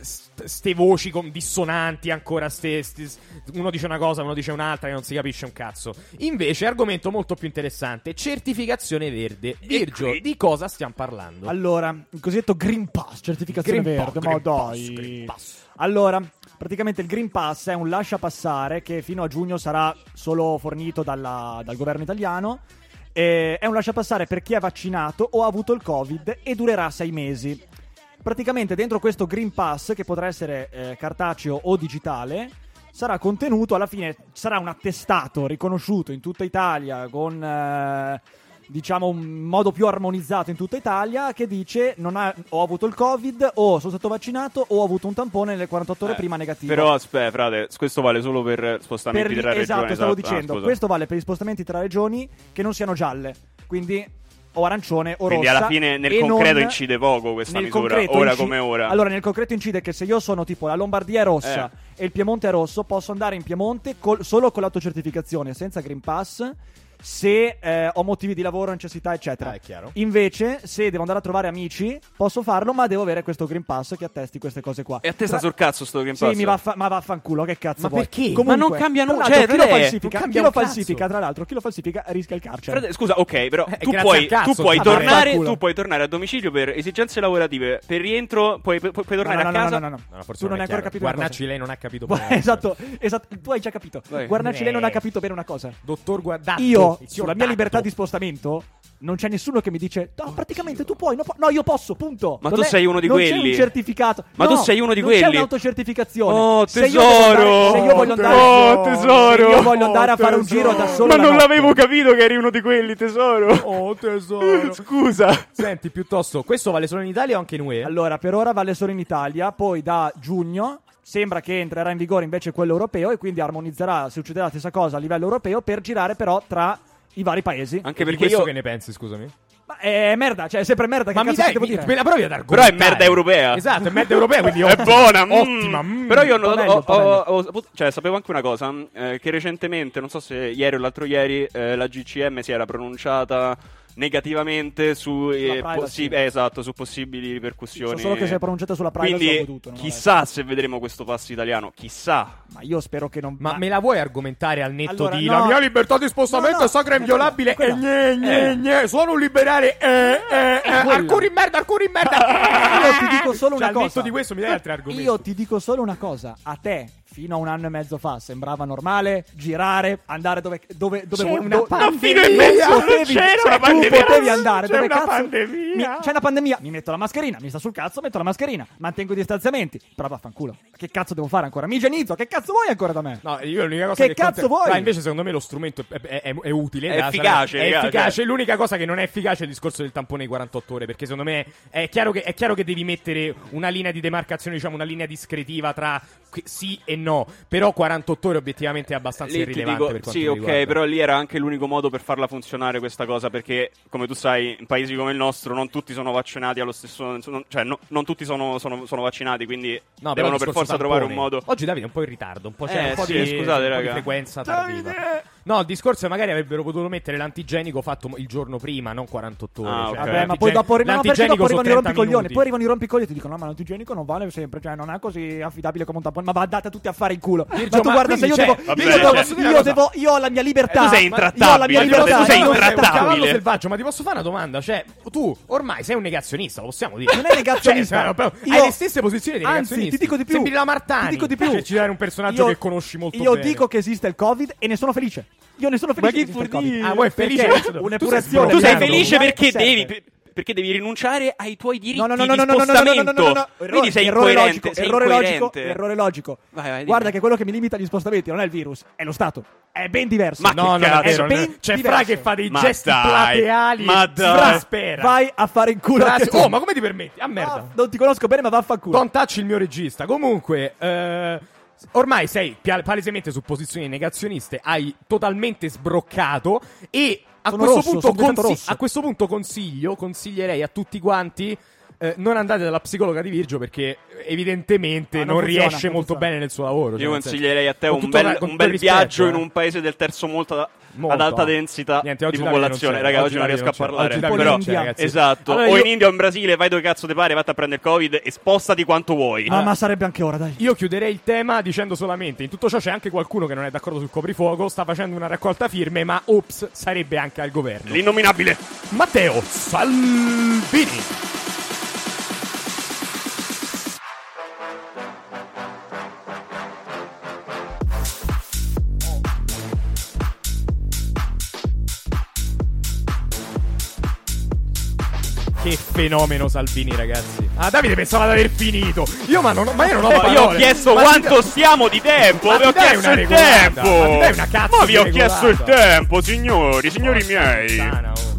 [SPEAKER 1] st- ste voci con dissonanti ancora ste, ste- uno dice una cosa uno dice un'altra e non si capisce un cazzo invece argomento molto più interessante certificazione verde Virgio
[SPEAKER 2] qui-
[SPEAKER 1] di cosa stiamo parlando
[SPEAKER 3] Allora, il cosiddetto Green Pass, certificazione
[SPEAKER 1] Green Pass,
[SPEAKER 3] verde. ma
[SPEAKER 1] Green Pass,
[SPEAKER 3] dai.
[SPEAKER 1] Green Pass.
[SPEAKER 3] Allora, praticamente il Green Pass è un lascia passare che fino a giugno sarà solo fornito dalla- dal governo italiano. Eh, è un lascia passare per chi è vaccinato o ha avuto il Covid e durerà sei mesi. Praticamente dentro questo Green Pass, che potrà essere eh, cartaceo o digitale, sarà contenuto alla fine, sarà un attestato riconosciuto in tutta Italia con... eh, diciamo un modo più armonizzato in tutta Italia che dice non ha- ho avuto il covid o sono stato vaccinato o ho avuto un tampone nelle 48 ore
[SPEAKER 2] Eh,
[SPEAKER 3] prima negativo
[SPEAKER 2] Però aspetta, frate, questo vale solo per
[SPEAKER 3] per
[SPEAKER 2] spostamenti
[SPEAKER 3] gli-
[SPEAKER 2] tra regioni.
[SPEAKER 3] esatto, stavo
[SPEAKER 2] ah,
[SPEAKER 3] dicendo,
[SPEAKER 2] scusa.
[SPEAKER 3] questo vale per gli spostamenti tra regioni che non siano gialle, quindi o arancione o
[SPEAKER 2] Quindi
[SPEAKER 3] rossa.
[SPEAKER 2] alla fine nel
[SPEAKER 3] e
[SPEAKER 2] concreto
[SPEAKER 3] non-
[SPEAKER 2] incide poco questa
[SPEAKER 3] nel
[SPEAKER 2] misura,
[SPEAKER 3] concreto
[SPEAKER 2] ora
[SPEAKER 3] inci-
[SPEAKER 2] come ora.
[SPEAKER 3] Allora, nel concreto incide che se io sono tipo la Lombardia è rossa
[SPEAKER 2] Eh.
[SPEAKER 3] e il Piemonte è rosso, posso andare in Piemonte col- solo con l'autocertificazione, senza Green Pass. Se eh, ho motivi di lavoro, necessità, eccetera.
[SPEAKER 1] Ah, è chiaro.
[SPEAKER 3] Invece, se devo andare a trovare amici, posso farlo, ma devo avere questo Green Pass che attesti queste cose qua.
[SPEAKER 2] E a testa
[SPEAKER 3] Tra-
[SPEAKER 2] sul cazzo sto Green Pass.
[SPEAKER 3] sì, mi vaffa- ma vaffanculo, che cazzo
[SPEAKER 1] Ma
[SPEAKER 3] vuoi?
[SPEAKER 1] perché? Ma
[SPEAKER 3] Comunque,
[SPEAKER 2] non cambia
[SPEAKER 3] tra
[SPEAKER 2] nulla,
[SPEAKER 3] l'altro,
[SPEAKER 2] cioè,
[SPEAKER 3] chi lo
[SPEAKER 2] Fede,
[SPEAKER 3] falsifica?
[SPEAKER 1] non
[SPEAKER 3] Chi
[SPEAKER 1] cambia
[SPEAKER 3] lo
[SPEAKER 1] un cazzo.
[SPEAKER 3] falsifica, tra l'altro, chi lo falsifica rischia il carcere.
[SPEAKER 2] Frate, scusa, ok, però
[SPEAKER 1] Eh,
[SPEAKER 2] tu,
[SPEAKER 1] grazie
[SPEAKER 2] puoi,
[SPEAKER 1] al cazzo,
[SPEAKER 2] tu puoi
[SPEAKER 1] sta
[SPEAKER 2] tornare,
[SPEAKER 3] vaffanculo.
[SPEAKER 2] tu puoi tornare a domicilio per esigenze lavorative, per rientro, puoi, puoi- puoi
[SPEAKER 3] No,
[SPEAKER 2] tornare
[SPEAKER 3] no,
[SPEAKER 2] a
[SPEAKER 3] no,
[SPEAKER 2] casa.
[SPEAKER 3] no, no, no,
[SPEAKER 1] No,
[SPEAKER 3] no.
[SPEAKER 1] forse
[SPEAKER 3] Tu non hai
[SPEAKER 1] è chiaro.
[SPEAKER 3] ancora capito una
[SPEAKER 1] Guarnacci
[SPEAKER 3] cosa.
[SPEAKER 1] lei non ha capito
[SPEAKER 3] Guarda,
[SPEAKER 1] bene.
[SPEAKER 3] esatto, esatto, tu hai già capito.
[SPEAKER 2] Vai.
[SPEAKER 3] Guarnacci, lei non ha
[SPEAKER 1] Eh.
[SPEAKER 3] capito bene una cosa.
[SPEAKER 1] dottor Guardato
[SPEAKER 3] Io, sulla mia libertà di spostamento, non c'è nessuno che mi dice, no, praticamente tu puoi, no, po- no, io posso, punto.
[SPEAKER 2] Ma
[SPEAKER 3] Non
[SPEAKER 2] tu
[SPEAKER 3] è-
[SPEAKER 2] sei uno di
[SPEAKER 3] non c'è
[SPEAKER 2] quelli.
[SPEAKER 3] un certificato.
[SPEAKER 2] Ma tu
[SPEAKER 3] No,
[SPEAKER 2] sei uno di
[SPEAKER 3] non
[SPEAKER 2] quelli.
[SPEAKER 3] C'è un'autocertificazione.
[SPEAKER 2] Oh,
[SPEAKER 3] Se io voglio andare-
[SPEAKER 2] tesoro!
[SPEAKER 3] se io voglio andare,
[SPEAKER 2] Oh, tesoro!
[SPEAKER 3] Se io voglio andare a
[SPEAKER 1] Oh,
[SPEAKER 3] fare un giro da solo.
[SPEAKER 2] Ma
[SPEAKER 3] la
[SPEAKER 2] non
[SPEAKER 3] notte.
[SPEAKER 2] l'avevo capito che eri uno di quelli, tesoro.
[SPEAKER 1] Oh tesoro
[SPEAKER 2] Scusa.
[SPEAKER 1] Senti piuttosto Questo vale solo in Italia o anche in UE?
[SPEAKER 3] Allora, per ora vale solo in Italia, poi da giugno sembra che entrerà in vigore invece quello europeo e quindi armonizzerà, se succederà la stessa cosa a livello europeo, per girare però tra i vari paesi.
[SPEAKER 2] Anche
[SPEAKER 1] Di
[SPEAKER 2] perché
[SPEAKER 1] questo
[SPEAKER 2] io...
[SPEAKER 1] che ne pensi scusami?
[SPEAKER 3] Ma è merda, cioè è sempre merda, Eh, che
[SPEAKER 1] Ma mi
[SPEAKER 3] cazzo
[SPEAKER 1] dai,
[SPEAKER 3] devo
[SPEAKER 1] mi,
[SPEAKER 3] dire?
[SPEAKER 1] me la provi ad
[SPEAKER 2] Però
[SPEAKER 1] argomentare
[SPEAKER 2] è merda europea.
[SPEAKER 1] Esatto, è merda europea, quindi
[SPEAKER 2] è
[SPEAKER 1] ottima,
[SPEAKER 2] buona, mm.
[SPEAKER 1] ottima. mm.
[SPEAKER 2] Però io ho
[SPEAKER 3] Pavello,
[SPEAKER 2] notato, ho- ho-
[SPEAKER 3] Pavello.
[SPEAKER 2] ho saputo- cioè, sapevo anche una cosa, mh, eh, che recentemente, non so se ieri o l'altro ieri, eh, la GCM si era pronunciata negativamente su, eh,
[SPEAKER 3] privacy.
[SPEAKER 2] possi- eh, esatto, su possibili ripercussioni.
[SPEAKER 3] So solo che si è pronunciata sulla privacy,
[SPEAKER 2] Quindi,
[SPEAKER 3] l'ho goduto, non l'ho
[SPEAKER 2] chissà se vedremo questo passo italiano, chissà.
[SPEAKER 3] Ma io spero che non.
[SPEAKER 1] Ma me la vuoi argomentare al netto
[SPEAKER 3] Allora,
[SPEAKER 1] di
[SPEAKER 3] no.
[SPEAKER 1] la mia libertà di spostamento
[SPEAKER 3] No, no,
[SPEAKER 1] è sacra e
[SPEAKER 3] è quella,
[SPEAKER 1] inviolabile?
[SPEAKER 3] è quella. Eh.
[SPEAKER 1] E gne, gne, gne, sono un liberale. Eh, eh, eh,
[SPEAKER 3] quella.
[SPEAKER 1] alcuni in merda, alcuni in merda.
[SPEAKER 3] Io ti dico solo
[SPEAKER 1] Cioè,
[SPEAKER 3] una
[SPEAKER 1] al
[SPEAKER 3] cosa.
[SPEAKER 1] netto di questo mi dai altri argomenti.
[SPEAKER 3] Io ti dico solo una cosa. A te, fino a un anno e mezzo fa, sembrava normale girare, andare dove. dove, dove
[SPEAKER 1] C'è
[SPEAKER 3] vuoi-
[SPEAKER 1] una
[SPEAKER 3] do-
[SPEAKER 1] pandemia.
[SPEAKER 2] fino in mezzo non c'era
[SPEAKER 3] cioè,
[SPEAKER 2] una pandemia.
[SPEAKER 3] Tu potevi andare
[SPEAKER 1] C'è
[SPEAKER 3] dove
[SPEAKER 1] una
[SPEAKER 3] cazzo.
[SPEAKER 1] pandemia.
[SPEAKER 3] Mi, c'è una pandemia. Mi metto la mascherina, mi sta sul cazzo, metto la mascherina, mantengo i distanziamenti. Però vaffanculo. Che cazzo devo fare ancora? Mi igienizzo, che cazzo vuoi ancora da me?
[SPEAKER 1] No, io l'unica cosa che,
[SPEAKER 3] Che cazzo
[SPEAKER 1] conta-
[SPEAKER 3] vuoi?
[SPEAKER 1] Ma invece secondo me lo strumento è, è- è- è utile.
[SPEAKER 2] È
[SPEAKER 1] da-
[SPEAKER 2] efficace,
[SPEAKER 1] È
[SPEAKER 2] raga,
[SPEAKER 1] efficace.
[SPEAKER 2] cioè.
[SPEAKER 1] L'unica cosa che non è efficace è il discorso del tampone di 48 ore. Perché secondo me è chiaro che, è chiaro che devi mettere una linea di demarcazione, diciamo una linea discretiva tra qui- sì e no. Però 48 ore obiettivamente è abbastanza
[SPEAKER 2] Lì ti
[SPEAKER 1] irrilevante.
[SPEAKER 2] dico-
[SPEAKER 1] per quanto
[SPEAKER 2] sì,
[SPEAKER 1] mi
[SPEAKER 2] ok,
[SPEAKER 1] riguarda.
[SPEAKER 2] però lì era anche l'unico modo per farla funzionare questa cosa, perché come tu sai, in paesi come il nostro non tutti sono vaccinati allo stesso, non- cioè no- non tutti sono, sono- sono vaccinati, quindi
[SPEAKER 1] No, però
[SPEAKER 2] devono
[SPEAKER 1] il
[SPEAKER 2] per
[SPEAKER 1] discorso
[SPEAKER 2] forza
[SPEAKER 1] tampone.
[SPEAKER 2] trovare un modo.
[SPEAKER 1] Oggi Davide è un po' in ritardo, un po', c'è
[SPEAKER 2] Eh,
[SPEAKER 1] un po
[SPEAKER 2] sì,
[SPEAKER 1] di,
[SPEAKER 2] scusate,
[SPEAKER 1] un po' di
[SPEAKER 2] raga.
[SPEAKER 1] frequenza tardiva. No, il discorso è magari avrebbero potuto mettere l'antigenico fatto mo- il giorno prima, non 48 ore.
[SPEAKER 2] Ah,
[SPEAKER 1] cioè,
[SPEAKER 2] ok.
[SPEAKER 3] Vabbè, ma
[SPEAKER 1] l'antigen-
[SPEAKER 3] poi dopo, arri- no, perché
[SPEAKER 1] l'antigenico
[SPEAKER 3] dopo arrivano i
[SPEAKER 1] sono 30
[SPEAKER 3] rompicoglioni.
[SPEAKER 1] minuti.
[SPEAKER 3] Poi arrivano i rompicoglioni e ti dicono: No, ma l'antigenico non vale sempre. Cioè, non è così affidabile come un tampone. Ma va date tutti a fare in culo. ma tu
[SPEAKER 1] ma
[SPEAKER 3] guarda, se io
[SPEAKER 1] quindi
[SPEAKER 3] devo.
[SPEAKER 1] c'è-
[SPEAKER 2] Vabbè,
[SPEAKER 3] io, devo-
[SPEAKER 2] posso
[SPEAKER 1] dire una
[SPEAKER 3] io
[SPEAKER 1] cosa?
[SPEAKER 3] devo- io ho la mia libertà.
[SPEAKER 2] Eh, tu sei
[SPEAKER 3] ma- Io ho la mia
[SPEAKER 1] cioè,
[SPEAKER 2] intrattabile,
[SPEAKER 3] libertà.
[SPEAKER 2] tu sei
[SPEAKER 3] No, no,
[SPEAKER 2] intrattabile.
[SPEAKER 3] no,
[SPEAKER 1] cavallo selvaggio, ma ti posso fare una domanda? Cioè, tu ormai sei un negazionista, lo possiamo dire.
[SPEAKER 3] Non è negazionista.
[SPEAKER 1] Cioè, però
[SPEAKER 3] Io-
[SPEAKER 1] hai le stesse posizioni dei
[SPEAKER 3] Anzi,
[SPEAKER 1] negazionisti.
[SPEAKER 3] ti dico di più.
[SPEAKER 1] Sembri la Martani.
[SPEAKER 3] Ti dico di più.
[SPEAKER 1] Cioè, ci dai un personaggio
[SPEAKER 3] Io-
[SPEAKER 1] che conosci molto
[SPEAKER 3] Io
[SPEAKER 1] bene.
[SPEAKER 3] dico che esiste il Covid e ne sono felice. Io ne sono felice.
[SPEAKER 2] chi
[SPEAKER 3] esiste il
[SPEAKER 2] può
[SPEAKER 3] Covid.
[SPEAKER 2] dire?
[SPEAKER 1] Ah, vuoi felice?
[SPEAKER 3] Perché
[SPEAKER 1] Tu sei
[SPEAKER 3] Un'epurazione.
[SPEAKER 2] Tu sei
[SPEAKER 1] Piano,
[SPEAKER 2] felice
[SPEAKER 3] Piano,
[SPEAKER 2] perché
[SPEAKER 3] serve.
[SPEAKER 2] devi, per- perché devi rinunciare ai tuoi diritti
[SPEAKER 3] No, no, no,
[SPEAKER 2] di
[SPEAKER 3] no, no, no, no, no, no, no, no,
[SPEAKER 2] spostamento.
[SPEAKER 3] no, no.
[SPEAKER 2] Quindi sei
[SPEAKER 3] errore
[SPEAKER 2] incoerente,
[SPEAKER 3] logico,
[SPEAKER 2] sei
[SPEAKER 3] errore logico,
[SPEAKER 2] incoerente.
[SPEAKER 3] errore logico.
[SPEAKER 2] Vai, vai,
[SPEAKER 3] Guarda
[SPEAKER 2] dimmi.
[SPEAKER 3] che quello che mi limita gli spostamenti non è il virus, è lo Stato. È ben diverso.
[SPEAKER 2] Ma
[SPEAKER 1] No, no,
[SPEAKER 2] Che
[SPEAKER 1] no,
[SPEAKER 2] cazzo?
[SPEAKER 1] vero,
[SPEAKER 3] È ben
[SPEAKER 1] no. C'è
[SPEAKER 3] diverso.
[SPEAKER 1] Fra che fa dei
[SPEAKER 2] Ma
[SPEAKER 1] gesti
[SPEAKER 2] dai,
[SPEAKER 1] plateali.
[SPEAKER 2] ma
[SPEAKER 1] e ti
[SPEAKER 2] dai.
[SPEAKER 1] traspera.
[SPEAKER 3] Vai a fare in culo.
[SPEAKER 1] Fra-
[SPEAKER 3] anche tu.
[SPEAKER 1] Oh, ma come ti permetti? A merda.
[SPEAKER 3] Ah, non ti conosco bene, ma vaffanculo. Ah,
[SPEAKER 1] Don't touch il mio regista. Comunque, eh, ormai sei pia- palesemente su posizioni negazioniste, hai totalmente sbroccato e a
[SPEAKER 3] Sono
[SPEAKER 1] questo,
[SPEAKER 3] rosso,
[SPEAKER 1] punto
[SPEAKER 3] sono diventato
[SPEAKER 1] consi-
[SPEAKER 3] rosso.
[SPEAKER 1] a questo punto consiglio, consiglierei a tutti quanti eh, non andate dalla psicologa di Virgio perché evidentemente
[SPEAKER 3] Ah,
[SPEAKER 1] non,
[SPEAKER 3] non funziona,
[SPEAKER 1] riesce
[SPEAKER 3] non
[SPEAKER 1] molto
[SPEAKER 3] funziona.
[SPEAKER 1] bene nel suo lavoro. cioè,
[SPEAKER 2] Io
[SPEAKER 1] nel senso-
[SPEAKER 2] consiglierei a te
[SPEAKER 1] con
[SPEAKER 2] un
[SPEAKER 1] tutto ra-
[SPEAKER 2] bel,
[SPEAKER 1] con
[SPEAKER 2] un
[SPEAKER 1] tutto
[SPEAKER 2] bel
[SPEAKER 1] il rispetto,
[SPEAKER 2] viaggio in
[SPEAKER 1] eh.
[SPEAKER 2] un paese del terzo mondo ad-
[SPEAKER 1] Molto.
[SPEAKER 2] ad alta densità
[SPEAKER 1] Niente, oggi
[SPEAKER 2] di
[SPEAKER 1] Davide non
[SPEAKER 2] popolazione.
[SPEAKER 1] c'è,
[SPEAKER 2] Raga,
[SPEAKER 1] oggi
[SPEAKER 2] oggi non
[SPEAKER 1] Davide
[SPEAKER 2] riesco
[SPEAKER 1] non
[SPEAKER 2] a
[SPEAKER 1] c'è,
[SPEAKER 2] parlare.
[SPEAKER 1] oggi
[SPEAKER 3] Davide
[SPEAKER 2] Però,
[SPEAKER 3] non c'è,
[SPEAKER 1] ragazzi.
[SPEAKER 2] esatto.
[SPEAKER 1] Allora
[SPEAKER 2] o
[SPEAKER 1] io-
[SPEAKER 2] in India o in Brasile, vai dove cazzo ti pare, vatti a prendere il Covid e spostati quanto vuoi.
[SPEAKER 3] Ma, ma sarebbe anche ora, dai.
[SPEAKER 1] eh. Io chiuderei il tema dicendo solamente: in tutto ciò c'è anche qualcuno che non è d'accordo sul coprifuoco, sta facendo una raccolta firme, ma ops, sarebbe anche al governo.
[SPEAKER 2] L'innominabile.
[SPEAKER 1] Matteo Salvini. Che fenomeno Salvini, ragazzi. Ah, Davide pensava di aver finito. Io ma, non ho, ma io non ho parole.
[SPEAKER 2] Io ho chiesto
[SPEAKER 1] Ma ti
[SPEAKER 2] quanto stiamo di tempo.
[SPEAKER 1] Ma
[SPEAKER 2] Vi ho
[SPEAKER 1] ti dai
[SPEAKER 2] chiesto
[SPEAKER 1] una
[SPEAKER 2] il
[SPEAKER 1] regolata? Ma ti
[SPEAKER 2] tempo.
[SPEAKER 1] dai una cazzo
[SPEAKER 2] Ma
[SPEAKER 1] di
[SPEAKER 2] vi ho chiesto il
[SPEAKER 1] regolata?
[SPEAKER 2] tempo, signori, signori
[SPEAKER 1] Porca
[SPEAKER 2] miei.
[SPEAKER 1] puttana, oh.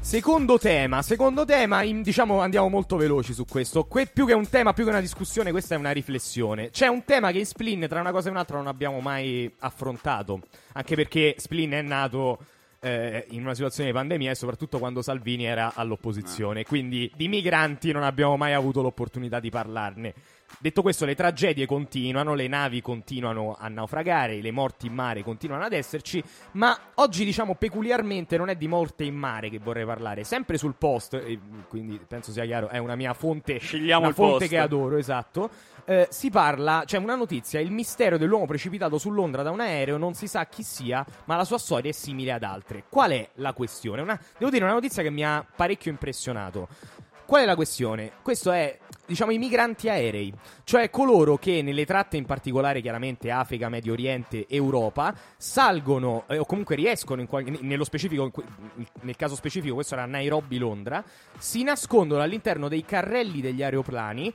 [SPEAKER 1] Secondo tema, secondo tema, in- diciamo andiamo molto veloci su questo. Que- più che un tema, più che una discussione, questa è una riflessione. C'è un tema che in Splin, tra una cosa e un'altra, non abbiamo mai affrontato. Anche perché Splin è nato eh, in una situazione di pandemia e soprattutto quando Salvini era
[SPEAKER 2] Ah.
[SPEAKER 1] all'opposizione. Quindi di migranti non abbiamo mai avuto l'opportunità di parlarne. Detto questo, le tragedie continuano, le navi continuano a naufragare, le morti in mare continuano ad esserci, ma oggi diciamo peculiarmente non è di morte in mare che vorrei parlare, sempre sul post, e quindi penso sia chiaro, è una mia fonte,
[SPEAKER 2] Scegliamo
[SPEAKER 1] una
[SPEAKER 2] il
[SPEAKER 1] fonte
[SPEAKER 2] Post.
[SPEAKER 1] che adoro, esatto. Eh, si parla, c'è una notizia, il mistero dell'uomo precipitato su Londra da un aereo, non si sa chi sia, ma la sua storia è simile ad altre. Qual è la questione? Una- devo dire, una notizia che mi ha parecchio impressionato. Qual è la questione? Questo è, diciamo, i migranti aerei, cioè coloro che nelle tratte in particolare chiaramente Africa, Medio Oriente, Europa, salgono eh, o comunque riescono in qual- ne- nello specifico in que- nel caso specifico questo era Nairobi Londra, si nascondono all'interno dei carrelli degli aeroplani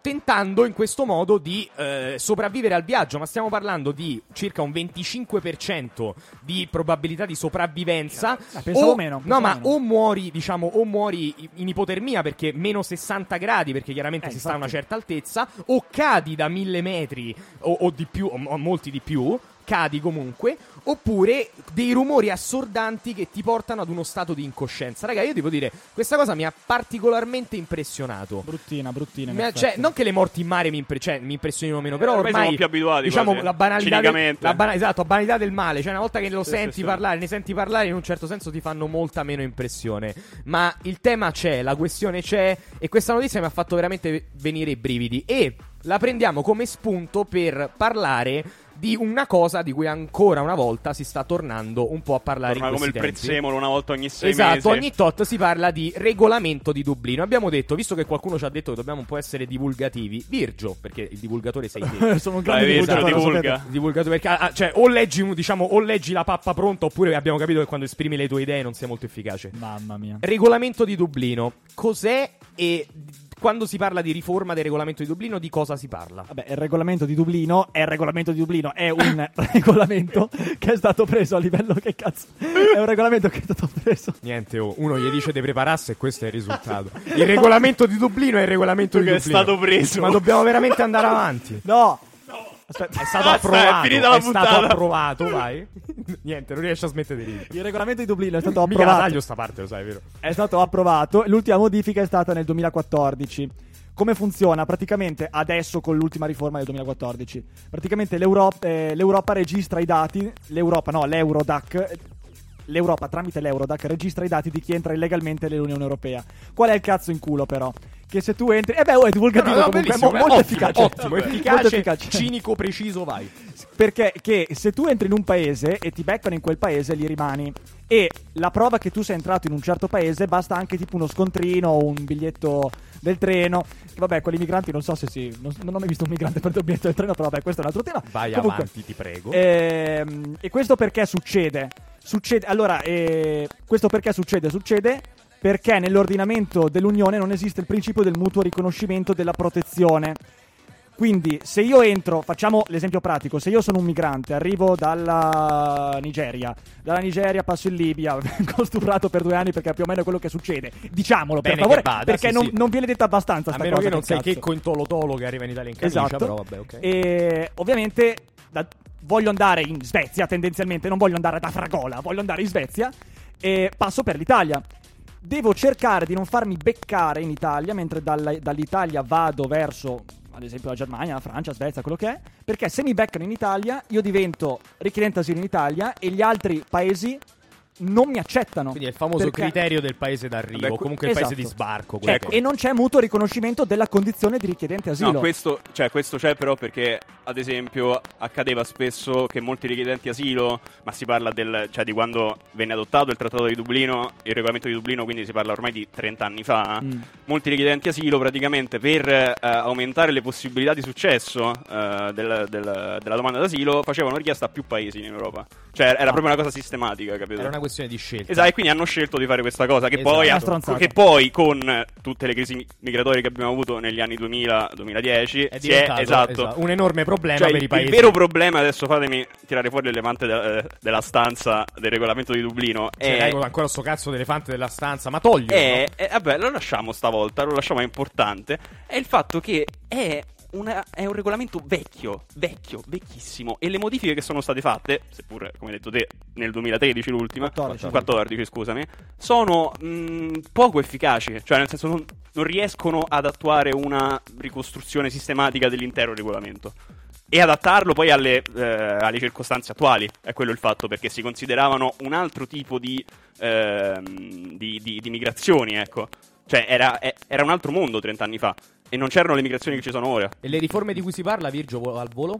[SPEAKER 1] tentando in questo modo di eh, sopravvivere al viaggio, ma stiamo parlando di circa un 25% di probabilità di sopravvivenza.
[SPEAKER 3] Ah, pensavo
[SPEAKER 1] o,
[SPEAKER 3] meno,
[SPEAKER 1] no,
[SPEAKER 3] pensavo
[SPEAKER 1] ma
[SPEAKER 3] meno.
[SPEAKER 1] o muori, diciamo, o muori i- in ipotermia perché meno 60 gradi, perché chiaramente
[SPEAKER 3] Eh,
[SPEAKER 1] si sta a una
[SPEAKER 3] infatti.
[SPEAKER 1] certa altezza, o cadi da mille metri o, o di più, o, o molti di più. cadi comunque, oppure dei rumori assordanti che ti portano ad uno stato di incoscienza. Raga, io devo dire, questa cosa mi ha particolarmente impressionato.
[SPEAKER 3] Bruttina, bruttina. in
[SPEAKER 1] Ma-
[SPEAKER 3] effetti.
[SPEAKER 1] cioè, non che le morti in mare mi, impre- cioè, mi impressionino meno, però
[SPEAKER 2] Eh, ormai
[SPEAKER 1] ormai,
[SPEAKER 2] siamo più abituati
[SPEAKER 1] Diciamo
[SPEAKER 2] quasi,
[SPEAKER 1] la banalità, del,
[SPEAKER 2] cinicamente.
[SPEAKER 1] la bana- esatto, la banalità del male. Cioè, una volta che lo
[SPEAKER 2] Sì,
[SPEAKER 1] senti
[SPEAKER 2] sì, sì.
[SPEAKER 1] parlare, ne senti parlare, in un certo senso ti fanno molta meno impressione. Ma il tema c'è, la questione c'è, e questa notizia mi ha fatto veramente venire i brividi. E la prendiamo come spunto per parlare di una cosa di cui ancora una volta si sta tornando un po' a parlare
[SPEAKER 2] Torna
[SPEAKER 1] in
[SPEAKER 2] come il
[SPEAKER 1] questi tempi.
[SPEAKER 2] prezzemolo una volta ogni sei
[SPEAKER 1] Esatto,
[SPEAKER 2] mesi.
[SPEAKER 1] ogni tot si parla di regolamento di Dublino. Abbiamo detto, visto che qualcuno ci ha detto che dobbiamo un po' essere divulgativi, Virgio, perché il divulgatore sei te.
[SPEAKER 3] Sono un grande
[SPEAKER 2] Dai, Virgio,
[SPEAKER 3] divulgatore, lo
[SPEAKER 2] divulga.
[SPEAKER 1] Il divulgatore, perché ah, cioè, o leggi, diciamo, o leggi la pappa pronta, oppure abbiamo capito che quando esprimi le tue idee non sei molto efficace.
[SPEAKER 3] sapete. Mamma mia.
[SPEAKER 1] Regolamento di Dublino, cos'è e quando si parla di riforma del regolamento di Dublino, di cosa si parla?
[SPEAKER 3] Vabbè, il regolamento di Dublino è il regolamento di Dublino, è un regolamento che è stato preso a livello che cazzo. È un regolamento che è stato preso.
[SPEAKER 1] Niente, oh, uno gli dice di prepararsi e questo è il risultato. Il regolamento di Dublino è il regolamento di
[SPEAKER 2] Che è
[SPEAKER 1] Dublino.
[SPEAKER 2] stato preso.
[SPEAKER 1] Ma dobbiamo veramente andare avanti.
[SPEAKER 3] No! Aspetta, eh,
[SPEAKER 1] È stato
[SPEAKER 2] Basta, è
[SPEAKER 1] approvato. È,
[SPEAKER 2] finita la
[SPEAKER 1] stato
[SPEAKER 2] puntata.
[SPEAKER 1] approvato, vai. Niente, non riesci a smettere di ridere.
[SPEAKER 3] il regolamento di Dublino è stato
[SPEAKER 1] Mica la
[SPEAKER 3] approvato.
[SPEAKER 1] taglio sta parte, lo sai, vero?
[SPEAKER 3] è stato approvato. L'ultima modifica è stata nel 2014. Come funziona? Praticamente adesso con l'ultima riforma del 2014. Praticamente l'Europa, eh, l'Europa registra i dati, l'Europa no, l'Eurodac. eh, L'Europa tramite l'Eurodac registra i dati di chi entra illegalmente nell'Unione Europea. Qual è il cazzo in culo però? Che se tu entri... Eh beh, oh, è divulgativo
[SPEAKER 1] No, no,
[SPEAKER 3] comunque, è
[SPEAKER 1] bellissimo,
[SPEAKER 3] mo- molto
[SPEAKER 1] ottimo,
[SPEAKER 3] efficace.
[SPEAKER 1] Ottimo,
[SPEAKER 3] Molto
[SPEAKER 1] efficace, cinico, preciso, vai.
[SPEAKER 3] perché che se tu entri in un paese e ti beccano in quel paese, lì rimani. E la prova che tu sei entrato in un certo paese basta anche tipo uno scontrino o un biglietto del treno. Vabbè, quelli migranti non so se si. Non, non ho mai visto un migrante prendere un biglietto del treno, però vabbè, questo è un altro tema.
[SPEAKER 1] Vai
[SPEAKER 3] Comunque,
[SPEAKER 1] avanti, ti prego.
[SPEAKER 3] ehm, e questo perché succede? Succede. Allora, eh, questo perché succede? Succede perché nell'ordinamento dell'Unione non esiste il principio del mutuo riconoscimento della protezione. Quindi, se io entro, facciamo l'esempio pratico: se io sono un migrante, arrivo dalla Nigeria, dalla Nigeria passo in Libia, vengo sturato per due anni perché è più o meno quello che succede. Diciamolo
[SPEAKER 1] Bene
[SPEAKER 3] per favore,
[SPEAKER 1] che vada,
[SPEAKER 3] perché
[SPEAKER 1] sì,
[SPEAKER 3] non,
[SPEAKER 1] sì.
[SPEAKER 3] non viene detto abbastanza.
[SPEAKER 1] a
[SPEAKER 3] sta
[SPEAKER 1] meno
[SPEAKER 3] cosa,
[SPEAKER 1] che non sei
[SPEAKER 3] cazzo.
[SPEAKER 1] Checco in Tolotolo che arriva in Italia in camicia,
[SPEAKER 3] Esatto.
[SPEAKER 1] però vabbè, ok.
[SPEAKER 3] E ovviamente da- voglio andare in Svezia tendenzialmente, non voglio andare da Fragola, voglio andare in Svezia e passo per l'Italia. Devo cercare di non farmi beccare in Italia mentre dalla- dall'Italia vado verso ad esempio la Germania, la Francia, la Svezia, quello che è, perché se mi beccano in Italia io divento richiedente asilo in Italia e gli altri paesi non mi accettano.
[SPEAKER 1] Quindi è il famoso
[SPEAKER 3] Perché-
[SPEAKER 1] criterio ecco. del paese d'arrivo,
[SPEAKER 2] Vabbè, que-
[SPEAKER 1] comunque il paese
[SPEAKER 3] Esatto.
[SPEAKER 1] di sbarco.
[SPEAKER 3] Cioè,
[SPEAKER 1] quello che
[SPEAKER 3] e non c'è mutuo riconoscimento della condizione di richiedente asilo.
[SPEAKER 2] No, questo, cioè, questo c'è però perché, ad esempio, accadeva spesso che molti richiedenti asilo, ma si parla del, cioè, di quando venne adottato il Trattato di Dublino, il regolamento di Dublino, quindi si parla ormai di 30 anni fa,
[SPEAKER 3] Mm.
[SPEAKER 2] molti richiedenti asilo praticamente per eh, aumentare le possibilità di successo eh, del- del- della domanda d'asilo facevano richiesta a più paesi in Europa. Cioè, era proprio una cosa sistematica, capito?
[SPEAKER 1] Era una questione di scelta.
[SPEAKER 2] Esatto, e quindi hanno scelto di fare questa cosa. Che,
[SPEAKER 1] Esatto.
[SPEAKER 2] poi,
[SPEAKER 1] Una
[SPEAKER 3] stronzata.
[SPEAKER 2] che poi, con tutte le crisi migratorie che abbiamo avuto negli anni 2000-2010,
[SPEAKER 1] È
[SPEAKER 2] si è
[SPEAKER 1] diventato
[SPEAKER 2] esatto.
[SPEAKER 1] esatto, un enorme problema
[SPEAKER 2] Cioè,
[SPEAKER 1] per
[SPEAKER 2] il,
[SPEAKER 1] i paesi.
[SPEAKER 2] il vero problema, adesso fatemi tirare fuori l'elefante de- eh, della stanza del regolamento di Dublino.
[SPEAKER 1] Cioè,
[SPEAKER 2] è,
[SPEAKER 1] dai, ancora sto cazzo d'elefante della stanza, ma togli.
[SPEAKER 2] è- è- vabbè, lo lasciamo stavolta, lo lasciamo, è importante. È il fatto che è, una- è un regolamento vecchio, vecchio, vecchissimo. E le modifiche che sono state fatte, seppur come hai detto te, nel 2013 l'ultima,
[SPEAKER 3] 14.
[SPEAKER 2] 14, scusami, sono mh, poco efficaci, cioè nel senso non, non riescono ad attuare una ricostruzione sistematica dell'intero regolamento e adattarlo poi alle, eh, alle circostanze attuali, è quello il fatto, perché si consideravano un altro tipo di, ehm, di, di- di migrazioni, ecco. Cioè era, eh, era un altro mondo 30 anni fa e non c'erano le migrazioni che ci sono ora.
[SPEAKER 1] E le riforme di cui si parla, Virgio, vo- al volo?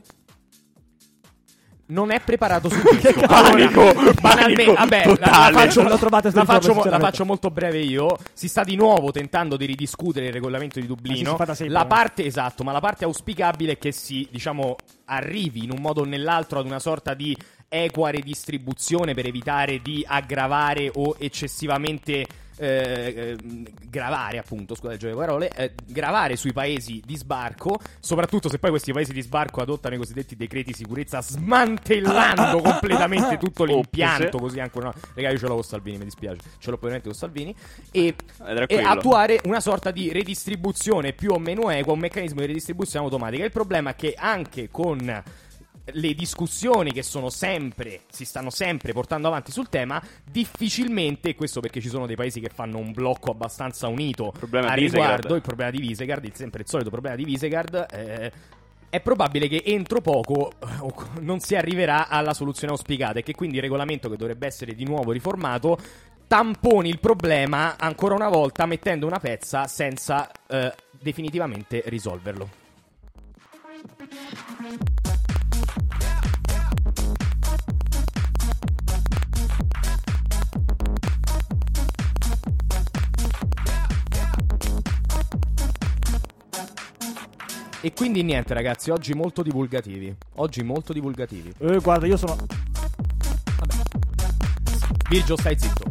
[SPEAKER 1] Non è preparato su questo.
[SPEAKER 2] panico,
[SPEAKER 1] banalmente,
[SPEAKER 2] panico
[SPEAKER 1] vabbè, la- la,
[SPEAKER 2] totale.
[SPEAKER 1] faccio,
[SPEAKER 3] Non l'ho trovata
[SPEAKER 1] la
[SPEAKER 3] sta riforma,
[SPEAKER 1] faccio mo- la
[SPEAKER 3] sinceramente.
[SPEAKER 1] faccio molto breve io. Si sta di nuovo tentando di ridiscutere il regolamento di
[SPEAKER 3] Ma si
[SPEAKER 1] Dublino.
[SPEAKER 3] fa da sempre,
[SPEAKER 1] la
[SPEAKER 3] eh.
[SPEAKER 1] parte esatto, ma la parte auspicabile è che si, diciamo, arrivi in un modo o nell'altro ad una sorta di equa redistribuzione per evitare di aggravare o eccessivamente eh, ehm, gravare appunto scusate il gioco di parole eh, gravare sui paesi di sbarco soprattutto se poi questi paesi di sbarco adottano i cosiddetti decreti sicurezza smantellando completamente tutto l'impianto così anche una raga io ce l'ho con Salvini mi dispiace ce l'ho probabilmente con Salvini e, e
[SPEAKER 2] tranquillo.
[SPEAKER 1] attuare una sorta di redistribuzione più o meno equa un meccanismo di redistribuzione automatica il problema è che anche con le discussioni che sono sempre, si stanno sempre portando avanti sul tema, difficilmente, e questo perché ci sono dei paesi che fanno un blocco abbastanza unito
[SPEAKER 2] Problema
[SPEAKER 1] a
[SPEAKER 2] di Visegrad.
[SPEAKER 1] riguardo, il problema di Visegrad, il sempre il solito problema di Visegrad, eh, è probabile che entro poco eh, o co- non si arriverà alla soluzione auspicata e che quindi il regolamento che dovrebbe essere di nuovo riformato tamponi il problema ancora una volta mettendo una pezza senza eh, definitivamente risolverlo. E quindi niente ragazzi, oggi molto divulgativi. Oggi molto divulgativi.
[SPEAKER 3] Eh, guarda, io sono.
[SPEAKER 1] Virgio, stai zitto.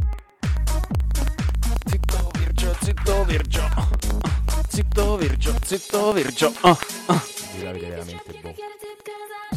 [SPEAKER 2] Zitto Virgio, zitto Virgio. Zitto Virgio, zitto Virgio.
[SPEAKER 1] Vi la vede veramente boh.
[SPEAKER 5] Gotta get it, 'cause I